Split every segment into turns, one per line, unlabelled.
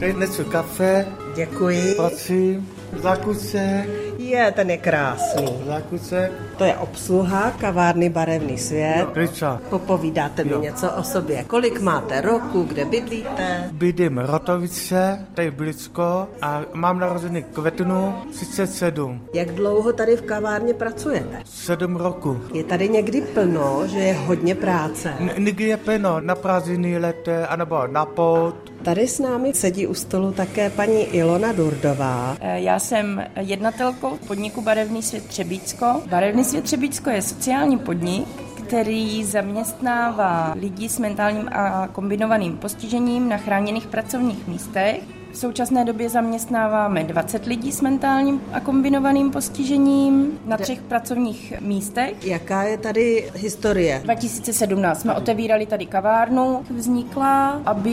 Tady nesu kafe,
Děkuji.
prosím, zákusek,
Je, ten je krásný.
zákusek,
To je obsluha kavárny Barevný svět.
kryča.
Popovídáte mi
No. Jo.
něco o sobě. Kolik máte roku, kde bydlíte?
Bydím Rotovice, tady blízko a mám narozený květnu 37,
Jak dlouho tady v kavárně pracujete?
7 roku.
Je tady někdy plno, že je hodně práce.
N- Nikdy je plno na prázdniny leté, anebo na pout.
Tady s námi sedí u stolu také paní Ilona Durdová.
Eh, Já jsem jednatelkou podniku Barevný svět Třebíčko. Barevný svět Třebíčko je sociální podnik, který zaměstnává lidi s mentálním a kombinovaným postižením na chráněných pracovních místech. V současné době zaměstnáváme 20 lidí s mentálním a kombinovaným postižením na třech pracovních místech.
Jaká je tady historie?
2017 jsme otevírali tady kavárnu, vznikla, aby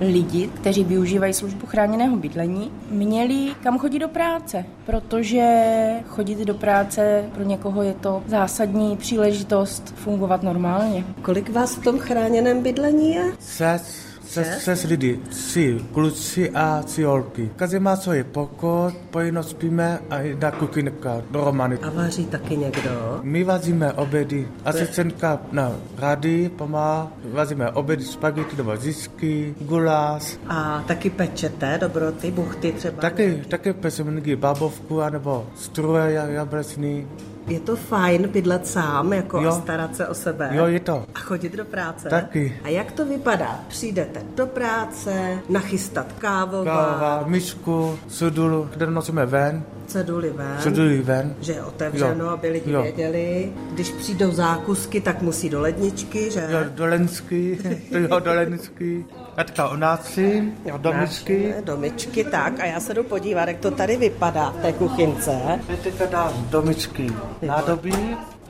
lidi, kteří využívají službu chráněného bydlení, měli kam chodit do práce, protože chodit do práce pro někoho je to zásadní příležitost fungovat normálně.
Kolik vás v tom chráněném bydlení je?
Ses, ses, ses lidi, tři kluci a tři holky. Každý má svůj pokoj, pojedno spíme a jedna kuchynka dohromady.
A vaří taky někdo?
My vazíme obědy. Asistentka na rady pomáhá. Vazíme obědy, spagety nebo zisky, guláš.
A taky pečete dobroty, buchty třeba?
Taky, taky pesemníky bábovku, anebo struje ja- jablečný.
Je to fajn bydlet sám jako
Jo.
a starat se o sebe?
Jo, je to.
A chodit do práce?
Taky.
A jak to vypadá? Přijdete do práce, nachystat kávová,
Káva, myšku, sudulu, kde nosíme ven,
ceduly ven,
suduli ven.
že je otevřeno,
Jo.
aby lidi
Jo.
věděli. Když přijdou zákusky, tak musí do ledničky, že?
Jo, dolenský, to jo, dolenský. Katka onáci, domyšky.
Náš- Domyčky, tak. A já se jdu podívat, jak to tady vypadá v té kuchynce.
Teďka dám domyčky, nádobí.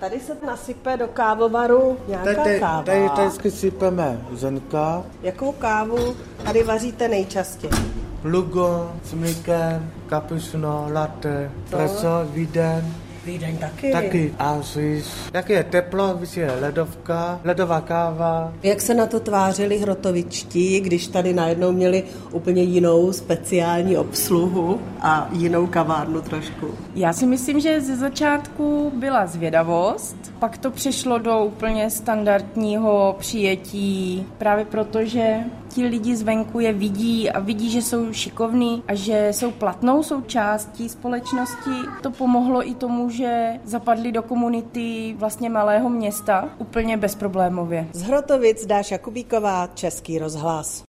Tady se nasype do kávovaru nějaká
Tady, tady,
káva.
tady, tady sypeme zenka,
Jakou kávu tady vaříte nejčastěji?
Lugo s mlíkem, kapušino, latte, preso, víden,
Vídeň taky.
taky Asis. Jak je teplo, vysí je ledovka, ledová káva.
Jak se na to tvářili hrotovičtí, když tady najednou měli úplně jinou speciální obsluhu a jinou kavárnu trošku?
Já si myslím, že ze začátku byla zvědavost, pak to přešlo do úplně standardního přijetí, právě protože ti lidi zvenku je vidí a vidí, že jsou šikovní a že jsou platnou součástí společnosti. To pomohlo i tomu, že zapadli do komunity vlastně malého města úplně bezproblémově.
Z Hrotovic Dáša Kubíková, Český rozhlas.